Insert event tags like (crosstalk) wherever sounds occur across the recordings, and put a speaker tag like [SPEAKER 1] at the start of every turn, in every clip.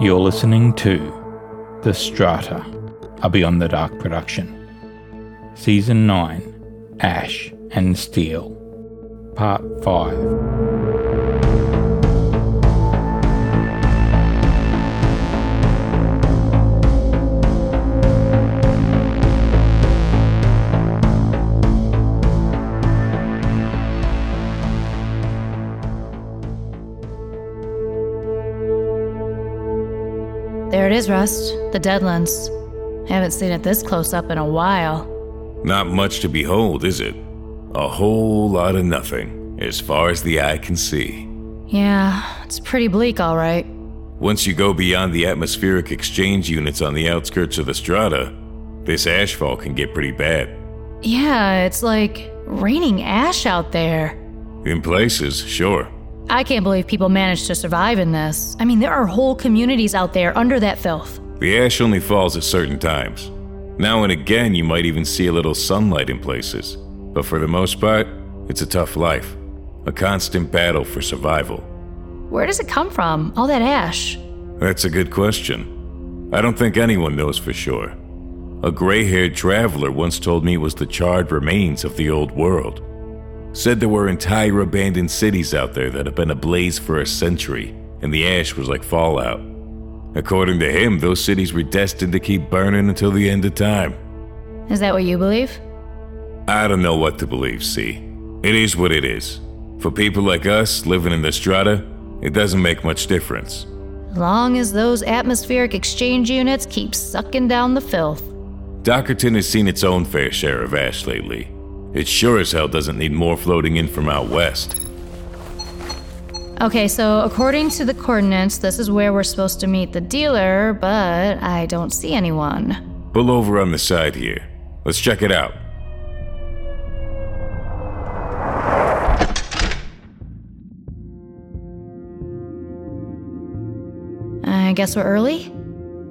[SPEAKER 1] You're listening to The Strata, a Beyond the Dark production. Season 9 Ash and Steel, Part 5.
[SPEAKER 2] There it is, Rust. The Deadlands. Haven't seen it this close up in a while.
[SPEAKER 3] Not much to behold, is it? A whole lot of nothing, as far as the eye can see.
[SPEAKER 2] Yeah, it's pretty bleak, all right.
[SPEAKER 3] Once you go beyond the atmospheric exchange units on the outskirts of the strata, this ashfall can get pretty bad.
[SPEAKER 2] Yeah, it's like raining ash out there.
[SPEAKER 3] In places, sure.
[SPEAKER 2] I can't believe people managed to survive in this. I mean, there are whole communities out there under that filth.
[SPEAKER 3] The ash only falls at certain times. Now and again, you might even see a little sunlight in places, but for the most part, it's a tough life, a constant battle for survival.
[SPEAKER 2] Where does it come from? All that ash?
[SPEAKER 3] That's a good question. I don't think anyone knows for sure. A gray haired traveler once told me it was the charred remains of the old world. Said there were entire abandoned cities out there that have been ablaze for a century, and the ash was like fallout. According to him, those cities were destined to keep burning until the end of time.
[SPEAKER 2] Is that what you believe?
[SPEAKER 3] I don't know what to believe, see. It is what it is. For people like us living in the strata, it doesn't make much difference.
[SPEAKER 2] As long as those atmospheric exchange units keep sucking down the filth.
[SPEAKER 3] Dockerton has seen its own fair share of ash lately. It sure as hell doesn't need more floating in from out west.
[SPEAKER 2] Okay, so according to the coordinates, this is where we're supposed to meet the dealer, but I don't see anyone.
[SPEAKER 3] Pull over on the side here. Let's check it out.
[SPEAKER 2] I guess we're early?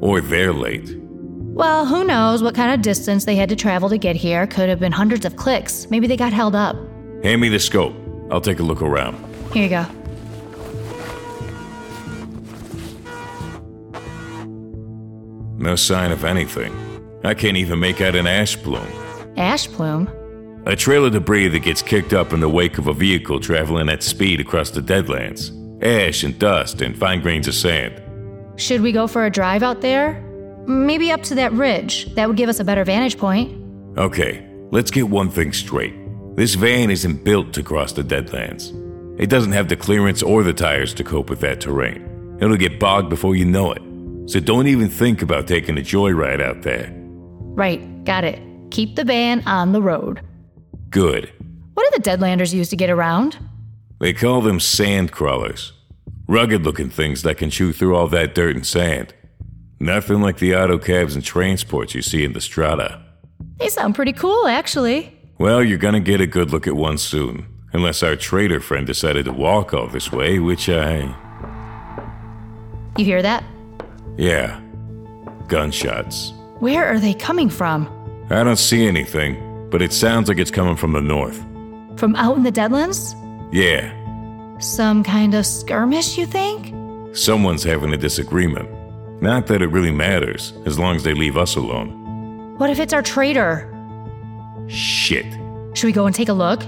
[SPEAKER 3] Or they're late.
[SPEAKER 2] Well, who knows what kind of distance they had to travel to get here? Could have been hundreds of clicks. Maybe they got held up.
[SPEAKER 3] Hand me the scope. I'll take a look around.
[SPEAKER 2] Here you go.
[SPEAKER 3] No sign of anything. I can't even make out an ash plume.
[SPEAKER 2] Ash plume?
[SPEAKER 3] A trail of debris that gets kicked up in the wake of a vehicle traveling at speed across the deadlands. Ash and dust and fine grains of sand.
[SPEAKER 2] Should we go for a drive out there? Maybe up to that ridge. That would give us a better vantage point.
[SPEAKER 3] Okay, let's get one thing straight. This van isn't built to cross the deadlands. It doesn't have the clearance or the tires to cope with that terrain. It'll get bogged before you know it. So don't even think about taking a joyride out there.
[SPEAKER 2] Right, got it. Keep the van on the road.
[SPEAKER 3] Good.
[SPEAKER 2] What do the Deadlanders use to get around?
[SPEAKER 3] They call them sand crawlers. Rugged looking things that can chew through all that dirt and sand. Nothing like the auto cabs and transports you see in the strata.
[SPEAKER 2] They sound pretty cool, actually.
[SPEAKER 3] Well, you're gonna get a good look at one soon. Unless our trader friend decided to walk all this way, which I.
[SPEAKER 2] You hear that?
[SPEAKER 3] Yeah. Gunshots.
[SPEAKER 2] Where are they coming from?
[SPEAKER 3] I don't see anything, but it sounds like it's coming from the north.
[SPEAKER 2] From out in the Deadlands?
[SPEAKER 3] Yeah,
[SPEAKER 2] Some kind of skirmish, you think?
[SPEAKER 3] Someone's having a disagreement. Not that it really matters, as long as they leave us alone.
[SPEAKER 2] What if it's our traitor?
[SPEAKER 3] Shit.
[SPEAKER 2] Should we go and take a look?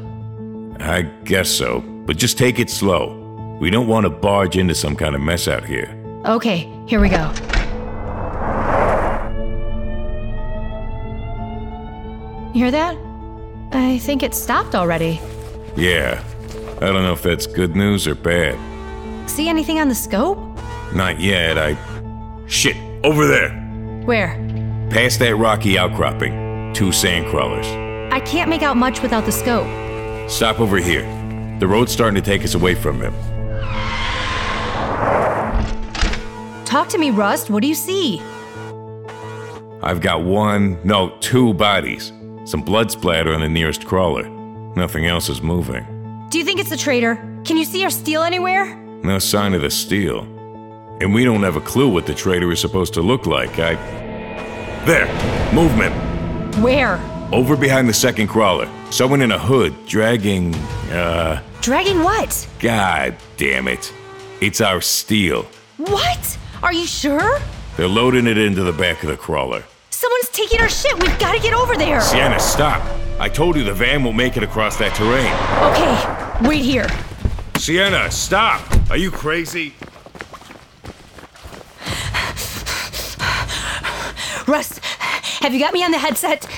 [SPEAKER 3] I guess so, but just take it slow. We don't want to barge into some kind of mess out here.
[SPEAKER 2] Okay, here we go. You hear that? I think it stopped already.
[SPEAKER 3] Yeah. I don't know if that's good news or bad.
[SPEAKER 2] See anything on the scope?
[SPEAKER 3] Not yet, I. Shit, over there!
[SPEAKER 2] Where?
[SPEAKER 3] Past that rocky outcropping. Two sand crawlers.
[SPEAKER 2] I can't make out much without the scope.
[SPEAKER 3] Stop over here. The road's starting to take us away from them.
[SPEAKER 2] Talk to me, Rust. What do you see?
[SPEAKER 3] I've got one, no, two bodies. Some blood splatter on the nearest crawler. Nothing else is moving.
[SPEAKER 2] Do you think it's the traitor? Can you see or steal anywhere?
[SPEAKER 3] No sign of the steel. And we don't have a clue what the traitor is supposed to look like. I. There! Movement!
[SPEAKER 2] Where?
[SPEAKER 3] Over behind the second crawler. Someone in a hood dragging. Uh.
[SPEAKER 2] Dragging what?
[SPEAKER 3] God damn it. It's our steel.
[SPEAKER 2] What? Are you sure?
[SPEAKER 3] They're loading it into the back of the crawler.
[SPEAKER 2] Someone's taking our shit. We've got to get over there.
[SPEAKER 3] Sienna, stop! I told you the van won't make it across that terrain.
[SPEAKER 2] Okay, wait here.
[SPEAKER 3] Sienna, stop! Are you crazy?
[SPEAKER 2] Rust, have you got me on the headset?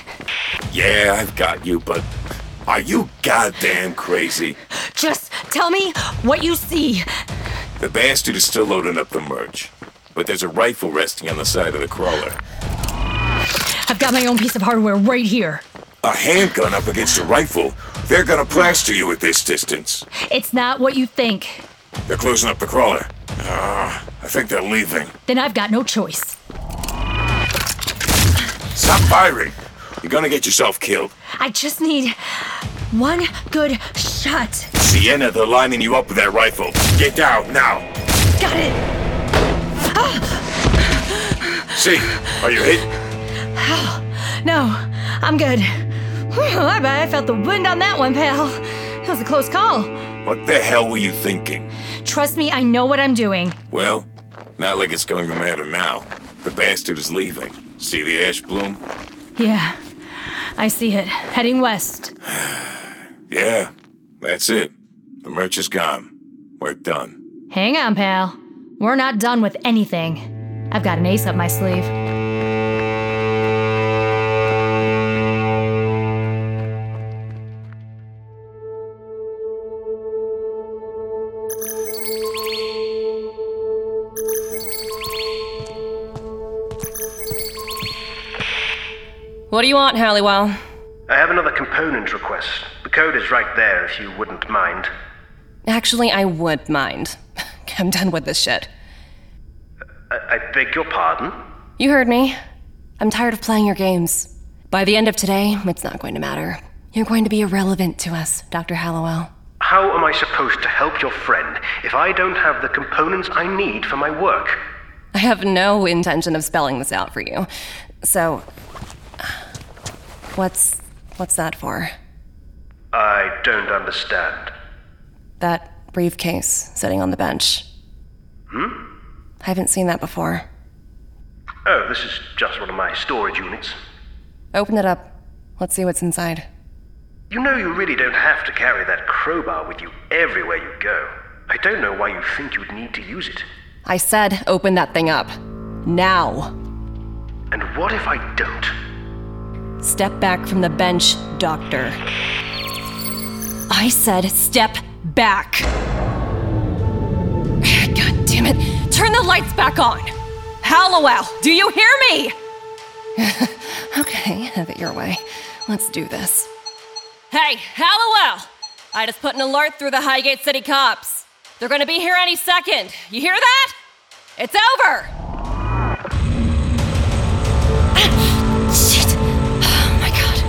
[SPEAKER 3] Yeah, I've got you, but are you goddamn crazy?
[SPEAKER 2] Just tell me what you see.
[SPEAKER 3] The bastard is still loading up the merch, but there's a rifle resting on the side of the crawler.
[SPEAKER 2] I've got my own piece of hardware right here.
[SPEAKER 3] A handgun up against a rifle? They're gonna plaster you at this distance.
[SPEAKER 2] It's not what you think.
[SPEAKER 3] They're closing up the crawler. Ah, I think they're leaving.
[SPEAKER 2] Then I've got no choice.
[SPEAKER 3] Stop firing! You're gonna get yourself killed.
[SPEAKER 2] I just need one good shot.
[SPEAKER 3] Sienna, they're lining you up with that rifle. Get down now.
[SPEAKER 2] Got it.
[SPEAKER 3] See, are you hit?
[SPEAKER 2] No, I'm good. Whew, I bet I felt the wind on that one, pal. It was a close call.
[SPEAKER 3] What the hell were you thinking?
[SPEAKER 2] Trust me, I know what I'm doing.
[SPEAKER 3] Well, not like it's going to matter now. The bastard is leaving. See the ash bloom?
[SPEAKER 2] Yeah, I see it. Heading west.
[SPEAKER 3] Yeah, that's it. The merch is gone. We're done.
[SPEAKER 2] Hang on, pal. We're not done with anything. I've got an ace up my sleeve.
[SPEAKER 4] What do you want, Halliwell?
[SPEAKER 5] I have another component request. The code is right there if you wouldn't mind.
[SPEAKER 4] Actually, I would mind. (laughs) I'm done with this shit.
[SPEAKER 5] I, I beg your pardon?
[SPEAKER 4] You heard me. I'm tired of playing your games. By the end of today, it's not going to matter. You're going to be irrelevant to us, Dr. Halliwell.
[SPEAKER 5] How am I supposed to help your friend if I don't have the components I need for my work?
[SPEAKER 4] I have no intention of spelling this out for you. So, (sighs) what's what's that for?
[SPEAKER 5] I don't understand.
[SPEAKER 4] That briefcase sitting on the bench. Hmm? I haven't seen that before.
[SPEAKER 5] Oh, this is just one of my storage units.
[SPEAKER 4] Open it up. Let's see what's inside.
[SPEAKER 5] You know you really don't have to carry that crowbar with you everywhere you go. I don't know why you think you'd need to use it.
[SPEAKER 4] I said open that thing up. Now.
[SPEAKER 5] And what if I don't?
[SPEAKER 4] Step back from the bench, Doctor. I said step back. (sighs) God damn it. Turn the lights back on. Hallowell, do you hear me? (laughs) okay, have it your way. Let's do this. Hey, Hallowell! I just put an alert through the Highgate City cops. They're gonna be here any second. You hear that? It's over! Shit! Oh my god.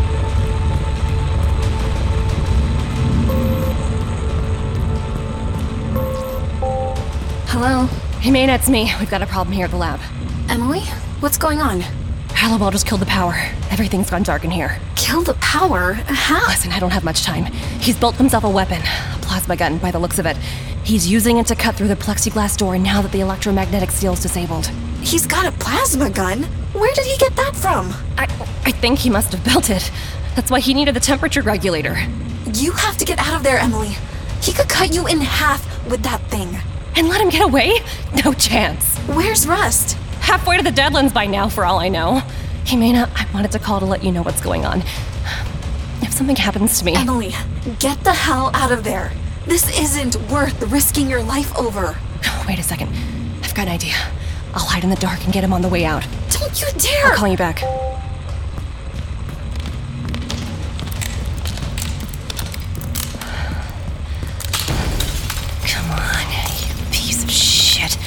[SPEAKER 6] Hello?
[SPEAKER 4] Hey, Maine, it's me. We've got a problem here at the lab.
[SPEAKER 6] Emily? What's going on?
[SPEAKER 4] Hallowell just killed the power. Everything's gone dark in here.
[SPEAKER 6] Kill the power? How?
[SPEAKER 4] Listen, I don't have much time. He's built himself a weapon, a plasma gun, by the looks of it. He's using it to cut through the plexiglass door now that the electromagnetic steel is disabled.
[SPEAKER 6] He's got a plasma gun? Where did he get that from?
[SPEAKER 4] I, I think he must have built it. That's why he needed the temperature regulator.
[SPEAKER 6] You have to get out of there, Emily. He could cut you in half with that thing.
[SPEAKER 4] And let him get away? No chance.
[SPEAKER 6] Where's Rust?
[SPEAKER 4] Halfway to the Deadlands by now, for all I know. Hey, Mina, I wanted to call to let you know what's going on. If something happens to me,
[SPEAKER 6] Emily, get the hell out of there. This isn't worth risking your life over.
[SPEAKER 4] (sighs) wait a second. I've got an idea. I'll hide in the dark and get him on the way out.
[SPEAKER 6] Don't you dare!
[SPEAKER 4] I'll call you back. (sighs) Come on, you piece of shit.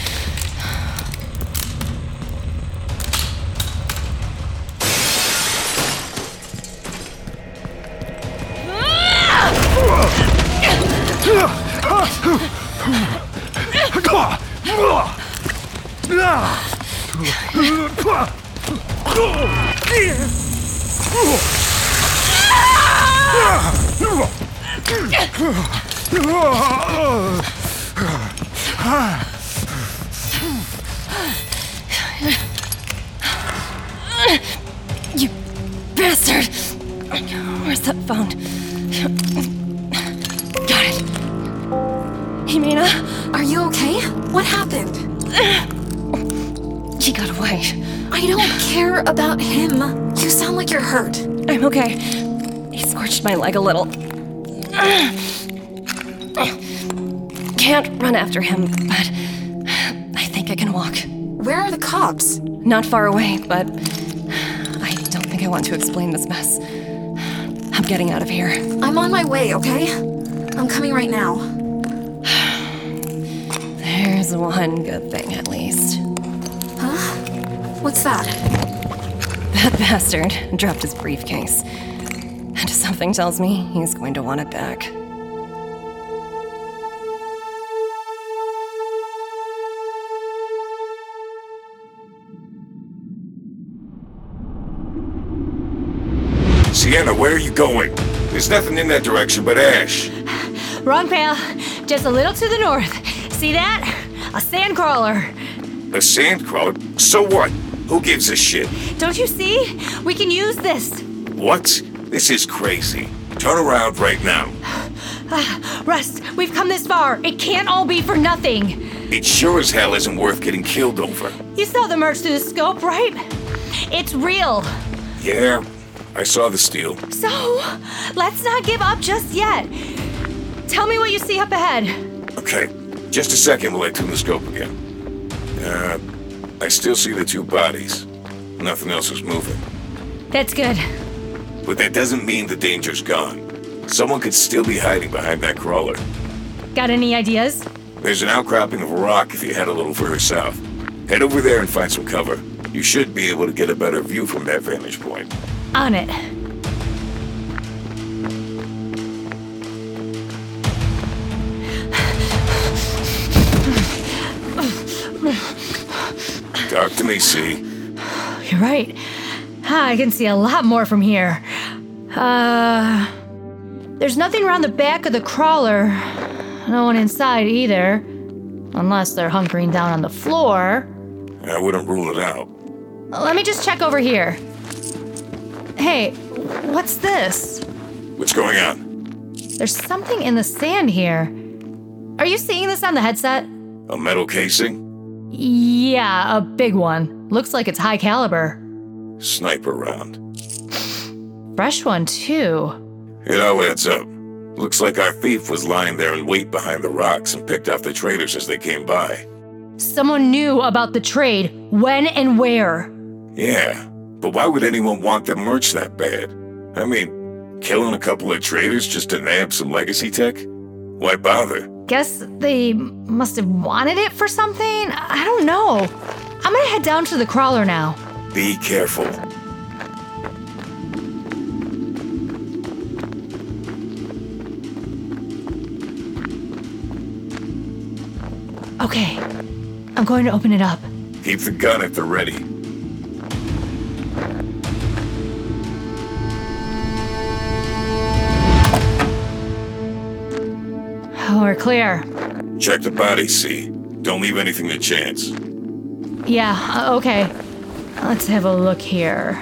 [SPEAKER 4] You bastard! Where's that phone? (sighs) Got it. Jimena,
[SPEAKER 6] Are you okay? What happened?
[SPEAKER 4] she got away.
[SPEAKER 6] I don't care about him. You sound like you're hurt.
[SPEAKER 4] I'm okay. He scorched my leg a little. Can't run after him, but I think I can walk.
[SPEAKER 6] Where are the cops?
[SPEAKER 4] Not far away, but I don't think I want to explain this mess. I'm getting out of here.
[SPEAKER 6] I'm on my way, okay? I'm coming right now.
[SPEAKER 4] There's one good thing, at least.
[SPEAKER 6] What's that?
[SPEAKER 4] That bastard dropped his briefcase. And something tells me he's going to want it back.
[SPEAKER 3] Sienna, where are you going? There's nothing in that direction but ash.
[SPEAKER 2] Wrong pal. Just a little to the north. See that? A sandcrawler.
[SPEAKER 3] A sand crawler? So what? Who gives a shit?
[SPEAKER 2] Don't you see? We can use this.
[SPEAKER 3] What? This is crazy. Turn around right now.
[SPEAKER 2] Rust, we've come this far. It can't all be for nothing.
[SPEAKER 3] It sure as hell isn't worth getting killed over.
[SPEAKER 2] You saw the merge through the scope, right? It's real.
[SPEAKER 3] Yeah, I saw the steel.
[SPEAKER 2] So, let's not give up just yet. Tell me what you see up ahead.
[SPEAKER 3] Okay, just a second while I tune the scope again. Uh, I still see the two bodies. Nothing else is moving.
[SPEAKER 2] That's good.
[SPEAKER 3] But that doesn't mean the danger's gone. Someone could still be hiding behind that crawler.
[SPEAKER 2] Got any ideas?
[SPEAKER 3] There's an outcropping of rock if you head a little further south. Head over there and find some cover. You should be able to get a better view from that vantage point.
[SPEAKER 2] On it.
[SPEAKER 3] Talk to me, see?
[SPEAKER 2] You're right. Ah, I can see a lot more from here. Uh. There's nothing around the back of the crawler. No one inside either. Unless they're hunkering down on the floor.
[SPEAKER 3] I wouldn't rule it out.
[SPEAKER 2] Let me just check over here. Hey, what's this?
[SPEAKER 3] What's going on?
[SPEAKER 2] There's something in the sand here. Are you seeing this on the headset?
[SPEAKER 3] A metal casing?
[SPEAKER 2] Yeah, a big one. Looks like it's high caliber.
[SPEAKER 3] Sniper round.
[SPEAKER 2] Fresh one, too.
[SPEAKER 3] It all adds up. Looks like our thief was lying there in wait behind the rocks and picked off the traders as they came by.
[SPEAKER 2] Someone knew about the trade, when and where.
[SPEAKER 3] Yeah, but why would anyone want the merch that bad? I mean, killing a couple of traders just to nab some legacy tech? Why bother?
[SPEAKER 2] Guess they must have wanted it for something? I don't know. I'm gonna head down to the crawler now.
[SPEAKER 3] Be careful.
[SPEAKER 2] Okay, I'm going to open it up.
[SPEAKER 3] Keep the gun at the ready.
[SPEAKER 2] Oh, we're clear.
[SPEAKER 3] Check the body, see. Don't leave anything to chance.
[SPEAKER 2] Yeah, uh, okay. Let's have a look here.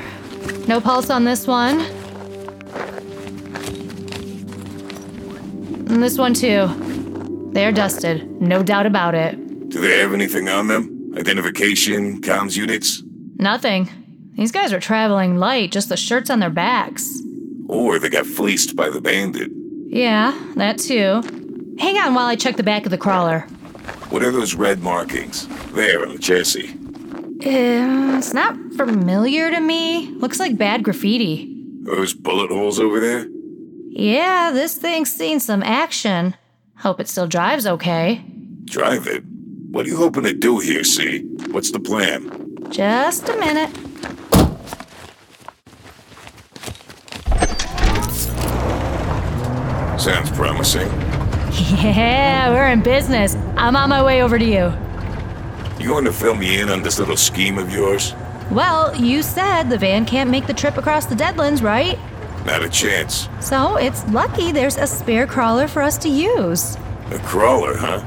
[SPEAKER 2] No pulse on this one. And this one, too. They're dusted, no doubt about it.
[SPEAKER 3] Do they have anything on them? Identification, comms units?
[SPEAKER 2] Nothing. These guys are traveling light, just the shirts on their backs.
[SPEAKER 3] Or they got fleeced by the bandit?
[SPEAKER 2] Yeah, that too. Hang on while I check the back of the crawler.
[SPEAKER 3] What are those red markings? There on the chassis.
[SPEAKER 2] Um, it's not familiar to me. Looks like bad graffiti.
[SPEAKER 3] Those bullet holes over there?
[SPEAKER 2] Yeah, this thing's seen some action. Hope it still drives okay.
[SPEAKER 3] Drive it. What are you hoping to do here, C? What's the plan?
[SPEAKER 2] Just a minute. (laughs)
[SPEAKER 3] Sounds promising.
[SPEAKER 2] Yeah, we're in business. I'm on my way over to you.
[SPEAKER 3] You want to fill me in on this little scheme of yours?
[SPEAKER 2] Well, you said the van can't make the trip across the Deadlands, right?
[SPEAKER 3] Not a chance.
[SPEAKER 2] So it's lucky there's a spare crawler for us to use.
[SPEAKER 3] A crawler, huh?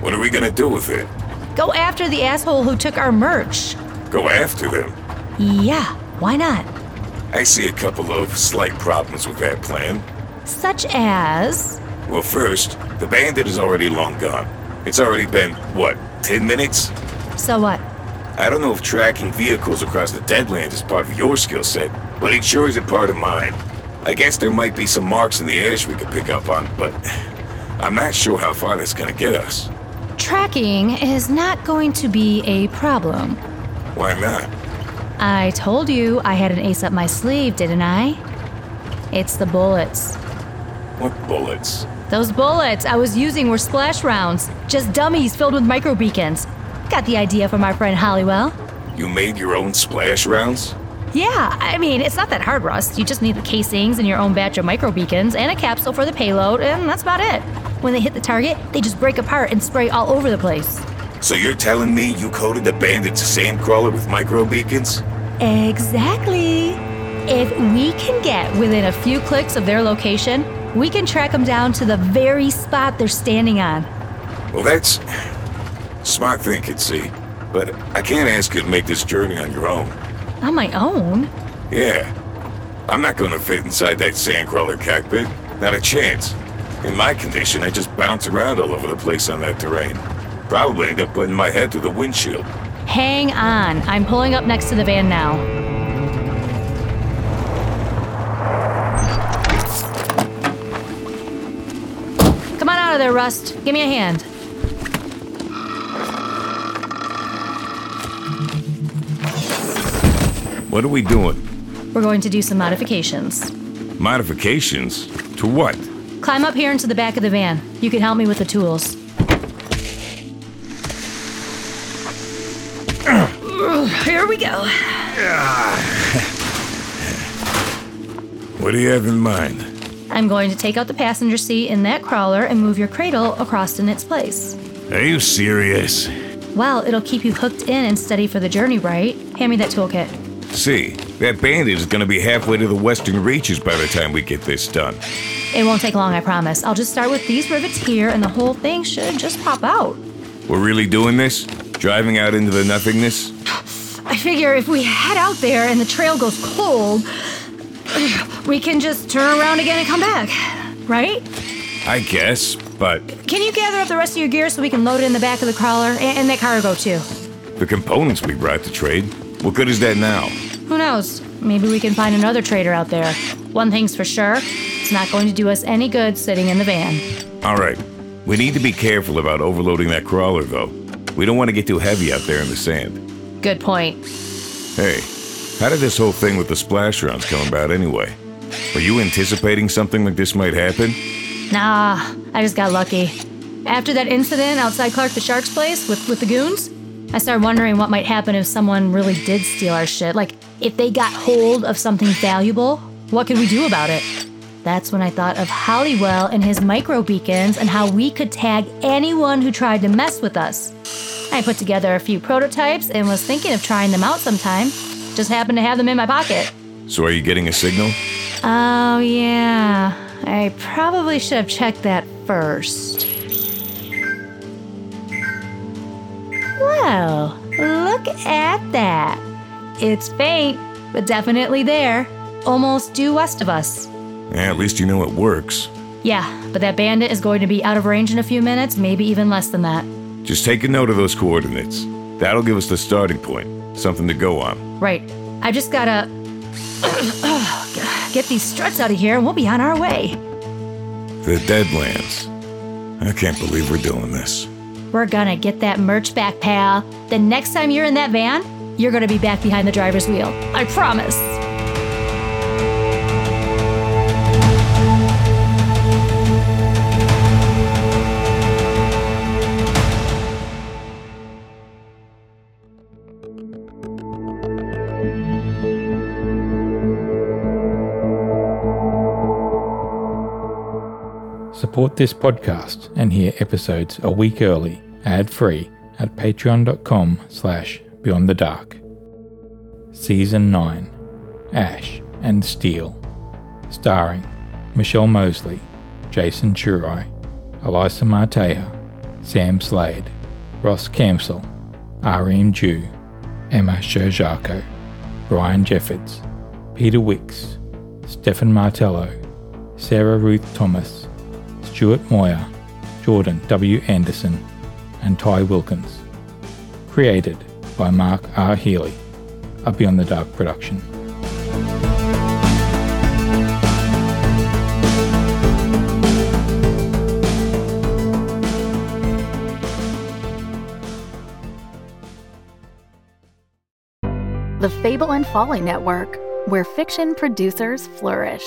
[SPEAKER 3] What are we gonna do with it?
[SPEAKER 2] Go after the asshole who took our merch.
[SPEAKER 3] Go after them?
[SPEAKER 2] Yeah, why not?
[SPEAKER 3] I see a couple of slight problems with that plan.
[SPEAKER 2] Such as.
[SPEAKER 3] Well, first, the bandit is already long gone. It's already been, what, 10 minutes?
[SPEAKER 2] So what?
[SPEAKER 3] I don't know if tracking vehicles across the Deadlands is part of your skill set, but it sure isn't part of mine. I guess there might be some marks in the ash we could pick up on, but I'm not sure how far that's gonna get us.
[SPEAKER 2] Tracking is not going to be a problem.
[SPEAKER 3] Why not?
[SPEAKER 2] I told you I had an ace up my sleeve, didn't I? It's the bullets.
[SPEAKER 3] What bullets?
[SPEAKER 2] Those bullets I was using were splash rounds, just dummies filled with microbeacons. Got the idea from our friend Halliwell.
[SPEAKER 3] You made your own splash rounds?
[SPEAKER 2] Yeah, I mean, it's not that hard, Rust. You just need the casings and your own batch of microbeacons and a capsule for the payload, and that's about it. When they hit the target, they just break apart and spray all over the place.
[SPEAKER 3] So you're telling me you coated the bandit's sandcrawler with microbeacons?
[SPEAKER 2] Exactly. If we can get within a few clicks of their location, we can track them down to the very spot they're standing on.
[SPEAKER 3] Well, that's smart thinking, see. But I can't ask you to make this journey on your own.
[SPEAKER 2] On my own?
[SPEAKER 3] Yeah. I'm not gonna fit inside that sandcrawler cockpit. Not a chance. In my condition, I just bounce around all over the place on that terrain. Probably end up putting my head through the windshield.
[SPEAKER 2] Hang on, I'm pulling up next to the van now. Come on out of there, Rust. Give me a hand.
[SPEAKER 3] What are we doing?
[SPEAKER 2] We're going to do some modifications.
[SPEAKER 3] Modifications? To what?
[SPEAKER 2] Climb up here into the back of the van. You can help me with the tools. (clears throat) Here we go.
[SPEAKER 3] What do you have in mind?
[SPEAKER 2] I'm going to take out the passenger seat in that crawler and move your cradle across in its place.
[SPEAKER 3] Are you serious?
[SPEAKER 2] Well, it'll keep you hooked in and steady for the journey, right? Hand me that toolkit.
[SPEAKER 3] See, that bandit is gonna be halfway to the western reaches by the time we get this done.
[SPEAKER 2] It won't take long, I promise. I'll just start with these rivets here, and the whole thing should just pop out.
[SPEAKER 3] We're really doing this? Driving out into the nothingness?
[SPEAKER 2] I figure if we head out there and the trail goes cold, we can just turn around again and come back, right?
[SPEAKER 3] I guess, but
[SPEAKER 2] Can you gather up the rest of your gear so we can load it in the back of the crawler and, and that cargo too?
[SPEAKER 3] the components we brought to trade, what good is that now?
[SPEAKER 2] Who knows? Maybe we can find another trader out there. One thing's for sure it's not going to do us any good sitting in the van.
[SPEAKER 3] Alright, we need to be careful about overloading that crawler though. We don't wanna get too heavy out there in the sand.
[SPEAKER 2] Good point.
[SPEAKER 3] Hey, how did this whole thing with the splash rounds come about anyway? Were you anticipating something like this might happen?
[SPEAKER 2] Nah, I just got lucky. After that incident outside Clark the Shark's place with, with the goons, I started wondering what might happen if someone really did steal our shit. Like, if they got hold of something valuable, what could we do about it? That's when I thought of Halliwell and his micro beacons and how we could tag anyone who tried to mess with us. I put together a few prototypes and was thinking of trying them out sometime. Just happened to have them in my pocket.
[SPEAKER 3] So are you getting a signal?
[SPEAKER 2] Oh, yeah. I probably should have checked that first. Whoa, look at that. It's faint, but definitely there, almost due west of us.
[SPEAKER 3] Yeah, at least you know it works.
[SPEAKER 2] Yeah, but that bandit is going to be out of range in a few minutes, maybe even less than that.
[SPEAKER 3] Just take a note of those coordinates. That'll give us the starting point, something to go on.
[SPEAKER 2] Right, I just gotta (coughs) get these struts out of here and we'll be on our way.
[SPEAKER 3] The Deadlands. I can't believe we're doing this.
[SPEAKER 2] We're gonna get that merch back, pal. The next time you're in that van, you're gonna be back behind the driver's wheel. I promise.
[SPEAKER 1] Support this podcast and hear episodes a week early, ad free, at patreon.com slash beyond the dark. Season 9 Ash and Steel. Starring Michelle Mosley, Jason Churai, Elisa Marteja, Sam Slade, Ross Camsell, Irene Dew, Emma Sherjako, Brian Jeffords, Peter Wicks, Stefan Martello, Sarah Ruth Thomas, Stuart Moyer, Jordan W. Anderson, and Ty Wilkins. Created by Mark R. Healy, a Beyond the Dark production.
[SPEAKER 7] The Fable and Folly Network, where fiction producers flourish.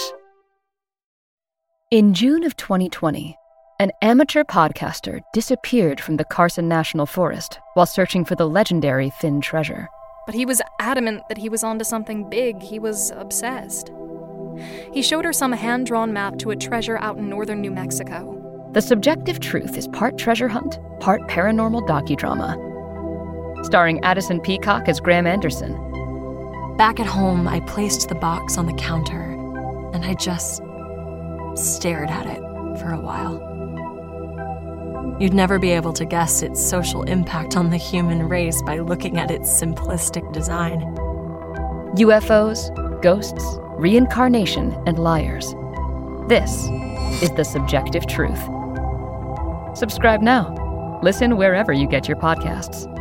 [SPEAKER 8] In June of 2020, an amateur podcaster disappeared from the Carson National Forest while searching for the legendary Finn treasure.
[SPEAKER 9] But he was adamant that he was onto something big. He was obsessed. He showed her some hand drawn map to a treasure out in northern New Mexico.
[SPEAKER 8] The Subjective Truth is part treasure hunt, part paranormal docudrama. Starring Addison Peacock as Graham Anderson,
[SPEAKER 10] Back at home, I placed the box on the counter and I just stared at it for a while. You'd never be able to guess its social impact on the human race by looking at its simplistic design.
[SPEAKER 8] UFOs, ghosts, reincarnation, and liars. This is the subjective truth. Subscribe now. Listen wherever you get your podcasts.